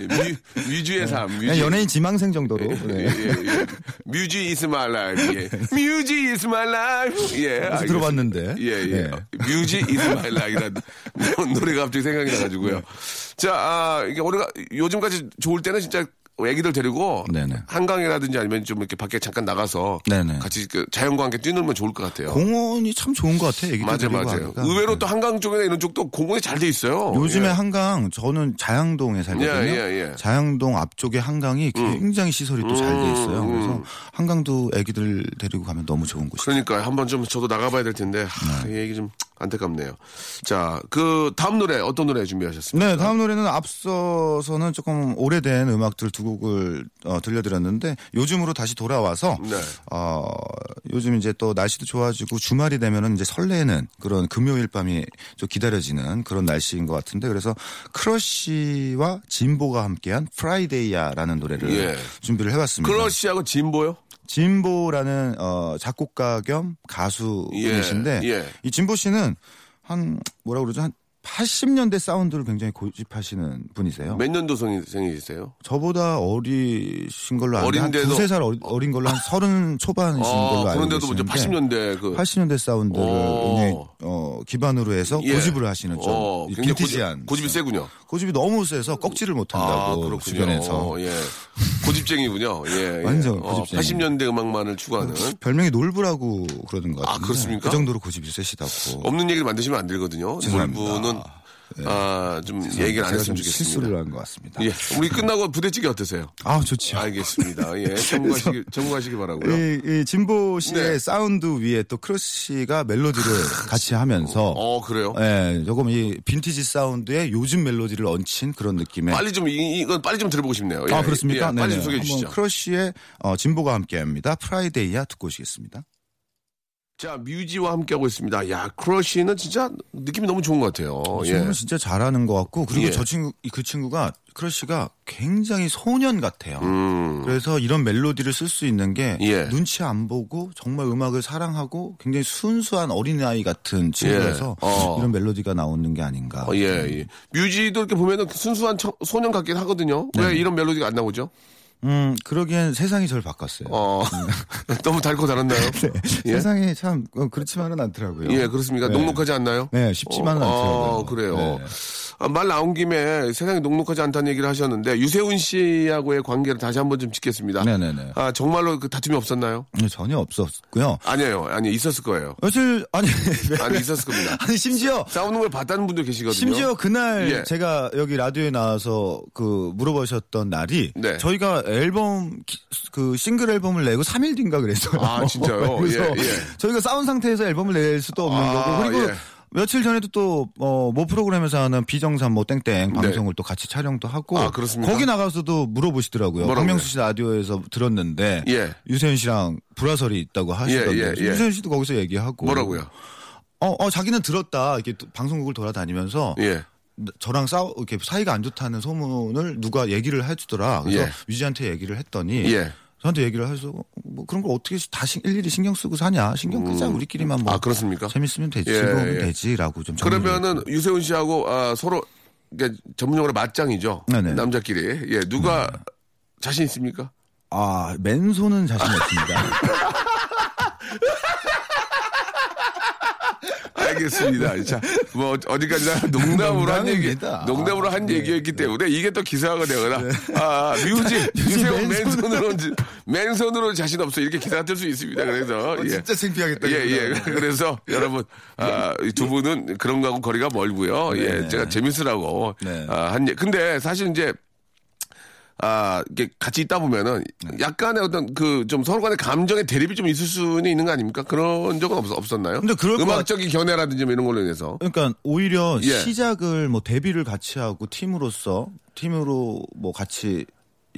[SPEAKER 1] 예, 뮤- 뮤지의 삶.
[SPEAKER 3] 그냥
[SPEAKER 1] 뮤지.
[SPEAKER 3] 연예인 지망생 정도로
[SPEAKER 1] 예,
[SPEAKER 3] 네.
[SPEAKER 1] 예. 뮤지 is my life. 예. 뮤지 is my life. 예.
[SPEAKER 3] 어디서
[SPEAKER 1] 알겠습니다.
[SPEAKER 3] 들어봤는데
[SPEAKER 1] 예, 예.
[SPEAKER 3] 네.
[SPEAKER 1] 뮤지 is my life라는 [LAUGHS] 노래가 갑자기 생각이
[SPEAKER 3] 네.
[SPEAKER 1] 나가지고요. 자, 아, 이게 올해가 요즘까지 좋을 때는 진짜 애기들 데리고
[SPEAKER 3] 네네.
[SPEAKER 1] 한강이라든지 아니면 좀 이렇게 밖에 잠깐 나가서
[SPEAKER 3] 네네.
[SPEAKER 1] 같이 그 자연과 함께 뛰놀면 좋을 것 같아요.
[SPEAKER 3] 공원이 참 좋은 것 같아 애기들
[SPEAKER 1] 맞아요,
[SPEAKER 3] 데리고
[SPEAKER 1] 맞아요.
[SPEAKER 3] 가니까. 네.
[SPEAKER 1] 의외로 또 한강 쪽이나 이런 쪽도 공원이 잘 돼 있어요.
[SPEAKER 3] 요즘에
[SPEAKER 1] 예.
[SPEAKER 3] 한강 저는 자양동에 살거든요.
[SPEAKER 1] 예, 예, 음. 예.
[SPEAKER 3] 자양동 앞쪽에 한강이 굉장히 시설이 또 잘 돼
[SPEAKER 1] 음,
[SPEAKER 3] 있어요. 그래서 한강도 애기들 데리고 가면 너무 좋은 곳이에요.
[SPEAKER 1] 그러니까 한번 좀 저도 나가봐야 될 텐데 하,
[SPEAKER 3] 네.
[SPEAKER 1] 이 얘기 좀 안타깝네요. 자, 그 다음 노래 어떤 노래 준비하셨습니까?
[SPEAKER 3] 네, 다음 노래는 앞서서는 조금 오래된 음악들 두 곡을 어, 들려드렸는데 요즘으로 다시 돌아와서
[SPEAKER 1] 네.
[SPEAKER 3] 어, 요즘 이제 또 날씨도 좋아지고 주말이 되면은 이제 설레는 그런 금요일 밤이 좀 기다려지는 그런 날씨인 것 같은데 그래서 크러쉬와 진보가 함께한 프라이데이야라는 노래를
[SPEAKER 1] 예.
[SPEAKER 3] 준비를 해봤습니다.
[SPEAKER 1] 크러쉬하고 진보요?
[SPEAKER 3] 진보라는 어, 작곡가 겸 가수이신데
[SPEAKER 1] 예, 예.
[SPEAKER 3] 이 진보 씨는 한 뭐라 그러죠 한 80년대 사운드를 굉장히 고집하시는 분이세요.
[SPEAKER 1] 몇 년도생이세요?
[SPEAKER 3] 저보다 어리신 걸로 아는데
[SPEAKER 1] 어린데도- 아,
[SPEAKER 3] 한 두세 살 어리- 어린 걸로 한 서른 초반이신 걸로 알고
[SPEAKER 1] 그런데도 뭐 이제
[SPEAKER 3] 계시는데
[SPEAKER 1] 80년대 그
[SPEAKER 3] 80년대 사운드를
[SPEAKER 1] 어.
[SPEAKER 3] 굉장히 어, 기반으로 해서
[SPEAKER 1] 예.
[SPEAKER 3] 고집을 하시는 좀
[SPEAKER 1] 어,
[SPEAKER 3] 이
[SPEAKER 1] 굉장히
[SPEAKER 3] 빈티지한
[SPEAKER 1] 고집, 이 세군요.
[SPEAKER 3] 고집이 너무 세서 꺽질을
[SPEAKER 1] 아,
[SPEAKER 3] 못한다고
[SPEAKER 1] 그렇군요.
[SPEAKER 3] 주변에서
[SPEAKER 1] 어, 예. 고집쟁이군요. 예. 예.
[SPEAKER 3] 완전 고집쟁이.
[SPEAKER 1] 80년대 음악만을 추구하는.
[SPEAKER 3] 별명이 놀부라고 그러는 것
[SPEAKER 1] 아,
[SPEAKER 3] 같아요.
[SPEAKER 1] 그렇습니까?
[SPEAKER 3] 그 정도로 고집이 세시다고.
[SPEAKER 1] 없는 얘기를 만드시면 안 되거든요.
[SPEAKER 3] 죄송합니다. 네.
[SPEAKER 1] 분은 아, 좀 얘기를 안
[SPEAKER 3] 음, 제가 좀
[SPEAKER 1] 했으면 좋겠습니다.
[SPEAKER 3] 실수를 한 것 같습니다.
[SPEAKER 1] 예. 우리 끝나고 부대찌개 어떠세요?
[SPEAKER 3] 아 좋죠.
[SPEAKER 1] 알겠습니다. 예. 전공하시기, 전공하시기 바라고요.
[SPEAKER 3] 이, 이 예, 진보 씨의
[SPEAKER 1] 네. 아,
[SPEAKER 3] 사운드 위에 또 크러쉬가 멜로디를 같이 하면서
[SPEAKER 1] 어, 그래요?
[SPEAKER 3] 예, 조금 이 빈티지 사운드에 요즘 멜로디를 얹힌 그런 느낌의
[SPEAKER 1] 빨리 좀, 이, 이건 빨리 좀 들어보고 싶네요. 예.
[SPEAKER 3] 아 그렇습니까?
[SPEAKER 1] 예. 빨리
[SPEAKER 3] 네네.
[SPEAKER 1] 좀 소개해 주시죠.
[SPEAKER 3] 한번 크러쉬의 어, 진보가 함께합니다. 프라이데이야 듣고 오시겠습니다.
[SPEAKER 1] 자, 뮤지와 함께하고 있습니다. 야, 크러쉬는 진짜 느낌이 너무 좋은 것 같아요.
[SPEAKER 3] 친구는
[SPEAKER 1] 예.
[SPEAKER 3] 진짜 잘하는 것 같고 그리고
[SPEAKER 1] 예.
[SPEAKER 3] 저 친구 이- 그 친구가 크러쉬가 굉장히 소년 같아요.
[SPEAKER 1] 음.
[SPEAKER 3] 그래서 이런 멜로디를 쓸 수 있는 게
[SPEAKER 1] 예.
[SPEAKER 3] 눈치 안 보고 정말 음악을 사랑하고 굉장히 순수한 어린아이 같은 친구여서
[SPEAKER 1] 예. 어.
[SPEAKER 3] 이런 멜로디가 나오는 게 아닌가.
[SPEAKER 1] 어, 예, 예. 뮤지도 이렇게 보면은 순수한 청- 소년 같긴 하거든요.
[SPEAKER 3] 네.
[SPEAKER 1] 왜 이런 멜로디가 안 나오죠?
[SPEAKER 3] 음, 그러기엔 세상이 절 바꿨어요.
[SPEAKER 1] 어. [LAUGHS] 너무 달고
[SPEAKER 3] [LAUGHS]
[SPEAKER 1] 달았나요? 예?
[SPEAKER 3] 네. 세상이 참 어, 그렇지만은 않더라고요.
[SPEAKER 1] 예, 그렇습니까?
[SPEAKER 3] 네.
[SPEAKER 1] 녹록하지 않나요?
[SPEAKER 3] 네, 쉽지만은
[SPEAKER 1] 어,
[SPEAKER 3] 않더라고요.
[SPEAKER 1] 어, 그래요.
[SPEAKER 3] 네.
[SPEAKER 1] 아, 말 나온 김에 세상이 녹록하지 않다는 얘기를 하셨는데 유세훈 씨하고의 관계를 다시 한번 좀 짚겠습니다.
[SPEAKER 3] 네네네.
[SPEAKER 1] 아, 정말로 그 다툼이 없었나요?
[SPEAKER 3] 네, 전혀 없었고요.
[SPEAKER 1] 아니에요. 아니, 있었을 거예요.
[SPEAKER 3] 사실 아니 [LAUGHS]
[SPEAKER 1] 아니, 있었을 겁니다.
[SPEAKER 3] 아니 심지어
[SPEAKER 1] 싸우는 걸 봤다는 분도 계시거든요.
[SPEAKER 3] 심지어 그날
[SPEAKER 1] 예.
[SPEAKER 3] 제가 여기 라디오에 나와서 그 물어보셨던 날이
[SPEAKER 1] 네.
[SPEAKER 3] 저희가 앨범 기- 그 싱글 앨범을 내고 3일 뒤인가 그랬어요.
[SPEAKER 1] 아, 진짜요?
[SPEAKER 3] [LAUGHS] 그래서
[SPEAKER 1] 예, 예.
[SPEAKER 3] 저희가 싸운 상태에서 앨범을 낼 수도 없는
[SPEAKER 1] 아,
[SPEAKER 3] 거고 그리고
[SPEAKER 1] 예.
[SPEAKER 3] 며칠 전에도 또어뭐 프로그램에서 하는 비정산 뭐 땡땡 방송을 또 같이 촬영도 하고
[SPEAKER 1] 네. 아, 그렇습니까?
[SPEAKER 3] 거기 나가서도 물어보시더라고요.
[SPEAKER 1] 뭐라고요?
[SPEAKER 3] 박명수 씨 라디오에서 들었는데
[SPEAKER 1] 예.
[SPEAKER 3] 유세윤 씨랑 불화설이 있다고 하시던데
[SPEAKER 1] 예, 예.
[SPEAKER 3] 유세윤 씨도 거기서 얘기하고
[SPEAKER 1] 뭐라고요?
[SPEAKER 3] 어, 어, 자기는 들었다. 이렇게 또 방송국을 돌아다니면서
[SPEAKER 1] 예.
[SPEAKER 3] 저랑 싸우 이렇게 사이가 안 좋다는 소문을 누가 얘기를 해주더라. 그래서
[SPEAKER 1] 예.
[SPEAKER 3] 유지한테 얘기를 했더니
[SPEAKER 1] 예.
[SPEAKER 3] 저한테 얘기를 해서 뭐 그런 걸 어떻게 다 신- 일일이 신경 쓰고 사냐? 신경 끄자 우리끼리만 뭐
[SPEAKER 1] 아, 그렇습니까?
[SPEAKER 3] 재밌으면 되지,
[SPEAKER 1] 예,
[SPEAKER 3] 즐거우면
[SPEAKER 1] 예.
[SPEAKER 3] 되지라고 좀 정리를
[SPEAKER 1] 그러면은 유세훈 씨하고 아, 서로 그러니까 전문용어로 맞짱이죠.
[SPEAKER 3] 네네. 음.
[SPEAKER 1] 남자끼리. 예, 누가 자신 있습니까?
[SPEAKER 3] 아 맨손은 자신 없습니다.
[SPEAKER 1] 알겠습니다. 자, 뭐 어디까지나 농담으로 한 얘기,
[SPEAKER 3] 농담입니다. 아, 네.
[SPEAKER 1] 농담으로 한 얘기였기 때문에 이게 또 기사화가 되거나 아, 아,
[SPEAKER 3] [LAUGHS]
[SPEAKER 1] 뮤직 유세용 맨손으로 맨손으로 자신 없어 이렇게 기사가 뜰 수 있습니다. 그래서
[SPEAKER 3] 어,
[SPEAKER 1] [LAUGHS] 예.
[SPEAKER 3] 진짜 창피하겠다.
[SPEAKER 1] 예, 예.
[SPEAKER 3] 그러면. [LAUGHS]
[SPEAKER 1] 그래서 여러분, 아, 이두 분은 그런 거하고 거리가 멀고요. 예,
[SPEAKER 3] 네네.
[SPEAKER 1] 제가 재밌으라고
[SPEAKER 3] 네.
[SPEAKER 1] 아, 한 얘. 근데 사실 이제 아, 이게 같이 있다 보면은
[SPEAKER 3] 네.
[SPEAKER 1] 약간의 어떤 그 좀 서로 간의 감정의 대립이 좀 있을 수는 있는 거 아닙니까? 그런 적은 없, 없었나요?
[SPEAKER 3] 근데 그럴 것 같-
[SPEAKER 1] 음악적인 견해라든지 뭐 이런 걸로 인해서.
[SPEAKER 3] 그러니까 오히려
[SPEAKER 1] 예.
[SPEAKER 3] 시작을 뭐 데뷔를 같이 하고 팀으로서 팀으로 뭐 같이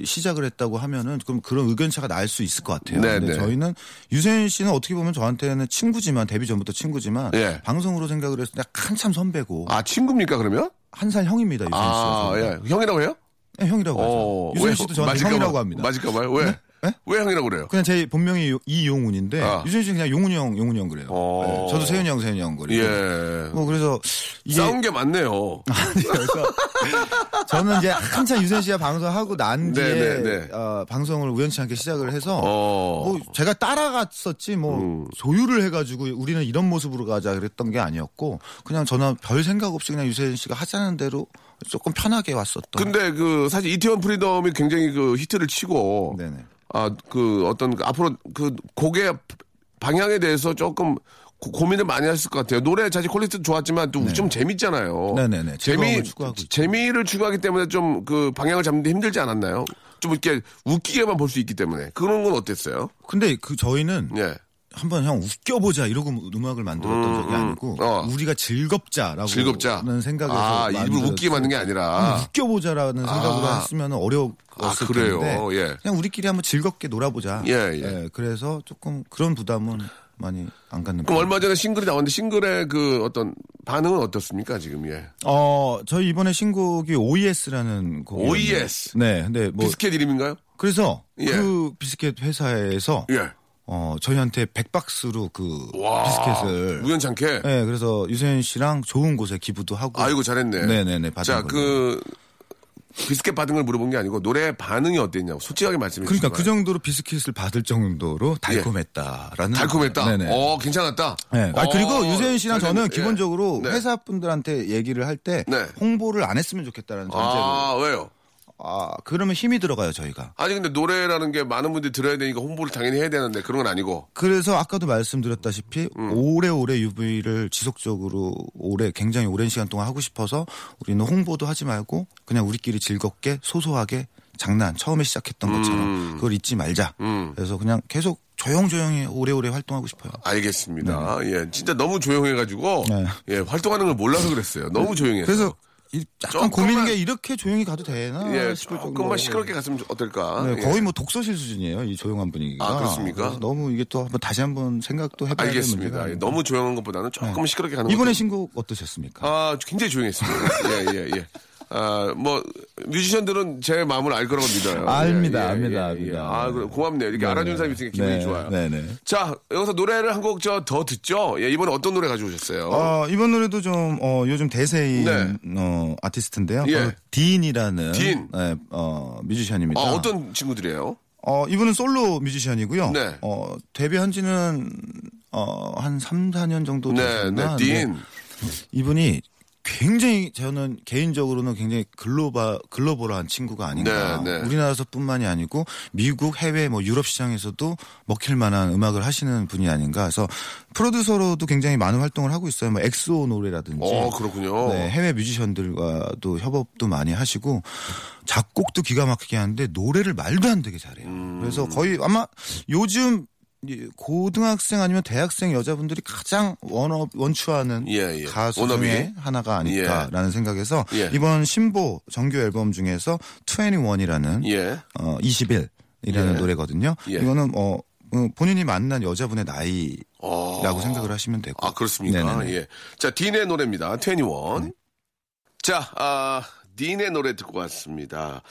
[SPEAKER 3] 시작을 했다고 하면은 그럼 그런 의견 차가 날 수 있을 것 같아요.
[SPEAKER 1] 네,
[SPEAKER 3] 근데
[SPEAKER 1] 네.
[SPEAKER 3] 저희는 유세윤 씨는 어떻게 보면 저한테는 친구지만 데뷔 전부터 친구지만
[SPEAKER 1] 예.
[SPEAKER 3] 방송으로 생각을 했을 때 한참 선배고
[SPEAKER 1] 아, 친구입니까, 그러면?
[SPEAKER 3] 한 살 형입니다. 유세윤
[SPEAKER 1] 아,
[SPEAKER 3] 씨가.
[SPEAKER 1] 예. 형이라고 해요?
[SPEAKER 3] 네, 형이라고
[SPEAKER 1] 어,
[SPEAKER 3] 하죠. 유세윤 씨도 저한테
[SPEAKER 1] 맞을까 봐.
[SPEAKER 3] 형이라고 합니다.
[SPEAKER 1] 맞을까 봐요. 왜?
[SPEAKER 3] 네? 네?
[SPEAKER 1] 왜 형이라고 그래요?
[SPEAKER 3] 그냥 제 본명이 요- 이용훈인데
[SPEAKER 1] 아.
[SPEAKER 3] 유세윤 씨는 그냥 용훈이 형, 용훈이 형 그래요.
[SPEAKER 1] 어.
[SPEAKER 3] 네, 저도 세윤이 형, 세윤이 형 그래요.
[SPEAKER 1] 예.
[SPEAKER 3] 뭐 그래서 이게
[SPEAKER 1] 싸운 게 많네요.
[SPEAKER 3] [LAUGHS] 저는 이제 한참 유선 씨가 방송하고 난 뒤에
[SPEAKER 1] 네, 네, 네.
[SPEAKER 3] 어, 방송을 우연치 않게 시작을 해서
[SPEAKER 1] 어. 음.
[SPEAKER 3] 뭐 제가 따라갔었지 뭐 소유를 해가지고 우리는 이런 모습으로 가자 그랬던 게 아니었고 그냥 저는 별 생각 없이 그냥 유세윤 씨가 하자는 대로 조금 편하게 왔었던.
[SPEAKER 1] 근데 그 사실 이태원 프리덤이 굉장히 그 히트를 치고
[SPEAKER 3] 네네.
[SPEAKER 1] 아 그 어떤 그 앞으로 그 곡의 방향에 대해서 조금 고- 고민을 많이 했을 것 같아요. 노래 자체 퀄리티도 좋았지만 또 좀 재밌잖아요. 재미
[SPEAKER 3] 네네네. 즐거움을 추구하고 있죠.
[SPEAKER 1] 재미를 추구하기 때문에 좀 그 방향을 잡는데 힘들지 않았나요? 좀 이렇게 웃기게만 볼 수 있기 때문에 그런 건 어땠어요?
[SPEAKER 3] 근데 그 저희는
[SPEAKER 1] 예.
[SPEAKER 3] 한번 형 웃겨보자 이러고 음악을 만들었던 적이 아니고
[SPEAKER 1] 어.
[SPEAKER 3] 우리가 즐겁자라고
[SPEAKER 1] 즐겁자.
[SPEAKER 3] 생각에서
[SPEAKER 1] 아, 일부러
[SPEAKER 3] 만들었-
[SPEAKER 1] 웃기게 만든 게 아니라. 음.
[SPEAKER 3] 웃겨보자라는 생각으로
[SPEAKER 1] 아.
[SPEAKER 3] 했으면 어려웠을
[SPEAKER 1] 아, 그래요?
[SPEAKER 3] 텐데
[SPEAKER 1] 예.
[SPEAKER 3] 그냥 우리끼리 한번 즐겁게 놀아보자.
[SPEAKER 1] 예, 예.
[SPEAKER 3] 그래서 조금 그런 부담은 많이 안 갖는
[SPEAKER 1] 그럼
[SPEAKER 3] 편이에요.
[SPEAKER 1] 얼마 전에 싱글이 나왔는데 싱글의 그 어떤 반응은 어떻습니까 지금 예.
[SPEAKER 3] 어, 저희 이번에 신곡이 OES라는 곡.
[SPEAKER 1] OES.
[SPEAKER 3] 네, 근데 뭐
[SPEAKER 1] E 비스켓 이름인가요?
[SPEAKER 3] 그래서
[SPEAKER 1] 예.
[SPEAKER 3] 그 비스켓 회사에서
[SPEAKER 1] 예.
[SPEAKER 3] 어 저희한테 100박스로 그
[SPEAKER 1] 와.
[SPEAKER 3] 비스켓을
[SPEAKER 1] 우연찮게.
[SPEAKER 3] 네, 그래서 유세윤 씨랑 좋은 곳에 기부도 하고.
[SPEAKER 1] 아이고 잘했네.
[SPEAKER 3] 네네네. 받은
[SPEAKER 1] 자,
[SPEAKER 3] 걸로.
[SPEAKER 1] 그 비스켓 받은 걸 물어본 게 아니고 노래 반응이 어땠냐고 솔직하게 말씀해 주시요
[SPEAKER 3] 그러니까 그 정도로 비스킷을 받을 정도로 달콤했다라는.
[SPEAKER 1] 예. 달콤했다.
[SPEAKER 3] 네네.
[SPEAKER 1] 어, 괜찮았다.
[SPEAKER 3] 네. 아,
[SPEAKER 1] 어,
[SPEAKER 3] 그리고 유세윤 씨랑
[SPEAKER 1] 잘했네.
[SPEAKER 3] 저는
[SPEAKER 1] 예.
[SPEAKER 3] 기본적으로
[SPEAKER 1] 네.
[SPEAKER 3] 회사 분들한테 얘기를 할 때
[SPEAKER 1] 네.
[SPEAKER 3] 홍보를 안 했으면 좋겠다라는 전제로. 아.
[SPEAKER 1] 아, 왜요?
[SPEAKER 3] 그러면 힘이 들어가요 저희가.
[SPEAKER 1] 아니 근데 노래라는 게 많은 분들이 들어야 되니까 홍보를 당연히 해야 되는데 그런 건 아니고.
[SPEAKER 3] 그래서 아까도 말씀드렸다시피
[SPEAKER 1] 음.
[SPEAKER 3] 오래오래 UV를 지속적으로 오래 굉장히 오랜 시간 동안 하고 싶어서 우리는 홍보도 하지 말고 그냥 우리끼리 즐겁게 소소하게 장난 처음에 시작했던 것처럼 그걸 잊지 말자.
[SPEAKER 1] 음.
[SPEAKER 3] 그래서 그냥 계속 조용조용히 오래오래 활동하고 싶어요.
[SPEAKER 1] 알겠습니다. 예, 진짜 너무 조용해가지고
[SPEAKER 3] 네.
[SPEAKER 1] 예 활동하는 걸 몰라서 그랬어요. 너무 조용해.
[SPEAKER 3] 그래서 이- 약간
[SPEAKER 1] 예. 조금만-
[SPEAKER 3] 고민인 게 이렇게 조용히 가도 되나
[SPEAKER 1] 예,
[SPEAKER 3] 아, 싶을 정도로.
[SPEAKER 1] 조금만 시끄럽게 갔으면 어떨까.
[SPEAKER 3] 네,
[SPEAKER 1] 예.
[SPEAKER 3] 거의 뭐 독서실 수준이에요. 이 조용한 분위기가.
[SPEAKER 1] 아, 그렇습니까?
[SPEAKER 3] 그래서 너무 이게 또 한번 다시 한번 생각도 해봐야 될 문제가
[SPEAKER 1] 알겠습니다. 예,
[SPEAKER 3] 아닙니다.
[SPEAKER 1] 너무 조용한 것보다는 조금 시끄럽게 가는
[SPEAKER 3] 네. 이번에
[SPEAKER 1] 것도-
[SPEAKER 3] 신곡 어떠셨습니까?
[SPEAKER 1] 아, 굉장히 조용했습니다. 예, 예, 예. 아, 뭐, 뮤지션들은 제 마음을 알 거라고 믿어요. 예,
[SPEAKER 3] 압니다, 압니다, 압니다.
[SPEAKER 1] 아, 그래, 고맙네요. 이렇게 알아주는 사람이 있으니까 기분이
[SPEAKER 3] 네,
[SPEAKER 1] 좋아요.
[SPEAKER 3] 네, 네.
[SPEAKER 1] 자, 여기서 노래를 한 곡 저 더 듣죠? 예, 이번에 어떤 노래 가져오셨어요? 아,
[SPEAKER 3] 어, 이번 노래도 좀 어, 요즘 대세인
[SPEAKER 1] 네.
[SPEAKER 3] 어, 아티스트인데요.
[SPEAKER 1] 예.
[SPEAKER 3] 바로 딘이라는
[SPEAKER 1] 딘.
[SPEAKER 3] 네, 어, 뮤지션입니다.
[SPEAKER 1] 아, 어떤 친구들이에요?
[SPEAKER 3] 어, 이분은 솔로 뮤지션이고요.
[SPEAKER 1] 네.
[SPEAKER 3] 어, 데뷔한 지는 어, 한 3, 4년 정도
[SPEAKER 1] 네, 네,
[SPEAKER 3] 됐지만
[SPEAKER 1] 딘.
[SPEAKER 3] 이분이 굉장히 저는 개인적으로는 굉장히 글로바 글로벌한 친구가 아닌가.
[SPEAKER 1] 네, 네.
[SPEAKER 3] 우리나라에서뿐만이 아니고 미국, 해외, 뭐 유럽 시장에서도 먹힐 만한 음악을 하시는 분이 아닌가. 그래서 프로듀서로도 굉장히 많은 활동을 하고 있어요. 뭐 엑소 노래라든지.
[SPEAKER 1] 어, 그렇군요.
[SPEAKER 3] 네, 해외 뮤지션들과도 협업도 많이 하시고 작곡도 기가 막히게 하는데 노래를 말도 안 되게 잘해요.
[SPEAKER 1] 음.
[SPEAKER 3] 그래서 거의 아마 요즘 이 고등학생 아니면 대학생 여자분들이 가장 원업 원추하는
[SPEAKER 1] 예, 예.
[SPEAKER 3] 가수
[SPEAKER 1] 워너비.
[SPEAKER 3] 중에 하나가 아닐까라는 생각에서
[SPEAKER 1] 예.
[SPEAKER 3] 이번 신보 정규 앨범 중에서 21이라는
[SPEAKER 1] 예.
[SPEAKER 3] 어, 21이라는 노래거든요.
[SPEAKER 1] 예.
[SPEAKER 3] 이거는 어, 어, 본인이 만난 여자분의 나이라고
[SPEAKER 1] 어.
[SPEAKER 3] 생각을 하시면 되고.
[SPEAKER 1] 아, 그렇습니까?
[SPEAKER 3] 네네네.
[SPEAKER 1] 예. 자, 딘의 노래입니다. 21. 자, 아, 딘의 노래 듣고 왔습니다.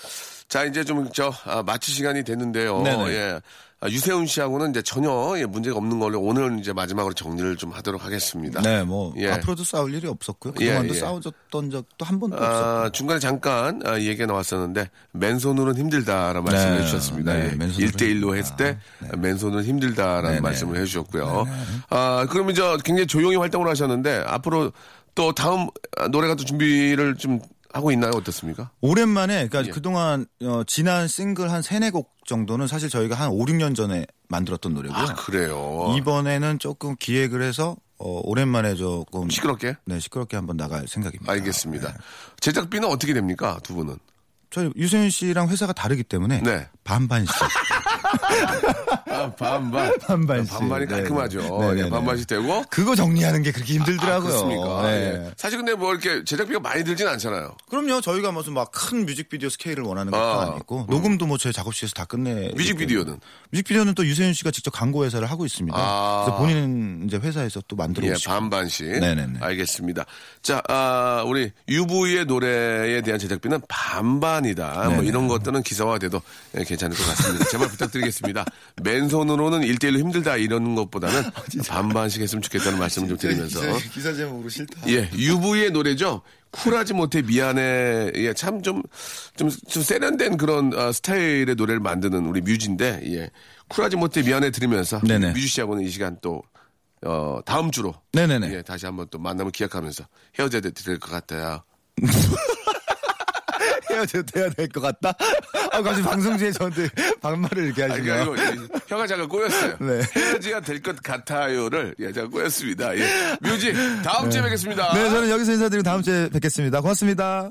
[SPEAKER 1] 자, 이제 좀, 저, 아, 마칠 시간이 됐는데요.
[SPEAKER 3] 네네.
[SPEAKER 1] 예. 아, 유세훈 씨하고는 이제 전혀 예, 문제가 없는 걸로 오늘 이제 마지막으로 정리를 좀 하도록 하겠습니다.
[SPEAKER 3] 네, 뭐
[SPEAKER 1] 예.
[SPEAKER 3] 앞으로도 싸울 일이 없었고요.
[SPEAKER 1] 예,
[SPEAKER 3] 그동안도
[SPEAKER 1] 예.
[SPEAKER 3] 싸워졌던 적도 한 번도
[SPEAKER 1] 아,
[SPEAKER 3] 없었고.
[SPEAKER 1] 중간에 잠깐 아, 얘기가 나왔었는데 맨손으로는 힘들다라는 말씀을
[SPEAKER 3] 네,
[SPEAKER 1] 해주셨습니다.
[SPEAKER 3] 네,
[SPEAKER 1] 예.
[SPEAKER 3] 맨손으로는
[SPEAKER 1] 1대1로 했을 때 맨손으로는 힘들다라는
[SPEAKER 3] 네, 네.
[SPEAKER 1] 말씀을 해주셨고요. 아, 그러면 저 굉장히 조용히 활동을 하셨는데 앞으로 또 다음 아, 노래가 또 준비를 좀 하고 있나요? 어떻습니까?
[SPEAKER 3] 오랜만에 그러니까
[SPEAKER 1] 예.
[SPEAKER 3] 그동안 어, 지난 싱글 한 세네 곡 정도는 사실 저희가 한 5, 6년 전에 만들었던 노래고요.
[SPEAKER 1] 아, 그래요.
[SPEAKER 3] 이번에는 조금 기획을 해서 어, 오랜만에 조금
[SPEAKER 1] 시끄럽게?
[SPEAKER 3] 네, 시끄럽게 한번 나갈 생각입니다.
[SPEAKER 1] 알겠습니다.
[SPEAKER 3] 네.
[SPEAKER 1] 제작비는 어떻게 됩니까? 두 분은?
[SPEAKER 3] 저희 유세윤 씨랑 회사가 다르기 때문에
[SPEAKER 1] 네.
[SPEAKER 3] 반반씩.
[SPEAKER 1] 아, [LAUGHS]
[SPEAKER 3] [LAUGHS]
[SPEAKER 1] 반반.
[SPEAKER 3] 반반씩.
[SPEAKER 1] 반반이
[SPEAKER 3] 네,
[SPEAKER 1] 깔끔하죠.
[SPEAKER 3] 네, 네,
[SPEAKER 1] 예,
[SPEAKER 3] 네.
[SPEAKER 1] 반반씩 되고.
[SPEAKER 3] 그거 정리하는 게 그렇게 힘들더라고요.
[SPEAKER 1] 그렇습니까?
[SPEAKER 3] 네.
[SPEAKER 1] 예. 사실 근데 뭐 이렇게 제작비가 많이 들진 않잖아요.
[SPEAKER 3] 그럼요. 저희가 무슨 막 큰 뮤직비디오 스케일을 원하는 것도
[SPEAKER 1] 아,
[SPEAKER 3] 아, 니고 녹음도 뭐 제 작업실에서 다 끝내.
[SPEAKER 1] 뮤직비디오는?
[SPEAKER 3] 뮤직비디오는 또 유세윤 씨가 직접 광고 회사를 하고 있습니다.
[SPEAKER 1] 아.
[SPEAKER 3] 그래서 본인은 이제 회사에서 또 만들어
[SPEAKER 1] 예,
[SPEAKER 3] 오시고.
[SPEAKER 1] 반반씩.
[SPEAKER 3] 네네네.
[SPEAKER 1] 알겠습니다. 자, 아, 우리 UV의 노래에 대한 제작비는 반반이다. 뭐
[SPEAKER 3] 네네.
[SPEAKER 1] 이런 것들은 기사화돼도 예, 괜찮을 것 같습니다. 제발 부탁드리겠습니다. [LAUGHS] 맨손으로는 일대일로 힘들다 이런
[SPEAKER 3] [LAUGHS]
[SPEAKER 1] 것보다는
[SPEAKER 3] 어,
[SPEAKER 1] 반반씩 했으면 좋겠다는 말씀을 좀 드리면서.
[SPEAKER 3] 예, 제목으로 싫다.
[SPEAKER 1] 예, 유부의 노래죠. 쿨하지 못해 미안해. 예, 참 좀, 좀, 좀 세련된 그런 아, 스타일의 노래를 만드는 우리 뮤지인데, 예. 쿨하지 못해 미안해 들으면서
[SPEAKER 3] 네네.
[SPEAKER 1] 뮤지 씨하고는 이 시간 또, 어, 다음 주로.
[SPEAKER 3] 네네네.
[SPEAKER 1] 예, 다시 한번 또 만남을 기약하면서 헤어져야 될 것 같아요.
[SPEAKER 3] 헤어져야 될 것 같다. 아, 갑자기 방송중에 저한테 [LAUGHS] 반말을 이렇게
[SPEAKER 1] 아니,
[SPEAKER 3] 하시네요.
[SPEAKER 1] 그러니까 이거 혀가 잠깐 꼬였어요.
[SPEAKER 3] 네.
[SPEAKER 1] 헤어져야 될 것 같아요를, 예, 잠깐 꼬였습니다. 예. 뮤지, 다음 주에 뵙겠습니다.
[SPEAKER 3] 네, 저는 여기서 인사드리고 다음 주에 뵙겠습니다. 고맙습니다.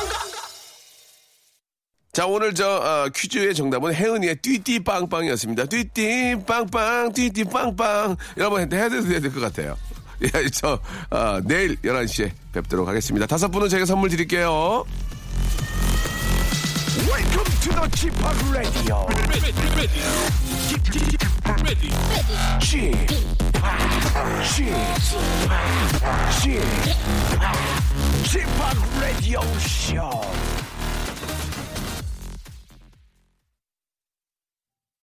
[SPEAKER 1] 자, 오늘 저 어, 퀴즈의 정답은 혜은이의 띠띠빵빵이었습니다. 띠띠빵빵, 띠띠빵빵. 여러분 해야 될 것 같아요. [LAUGHS] 예, 저 어, 내일 11시에 뵙도록 하겠습니다. 다섯 분은 제가 선물 드릴게요.
[SPEAKER 2] Welcome to the Chip Radio. Chip, Chip, Chip Radio Show.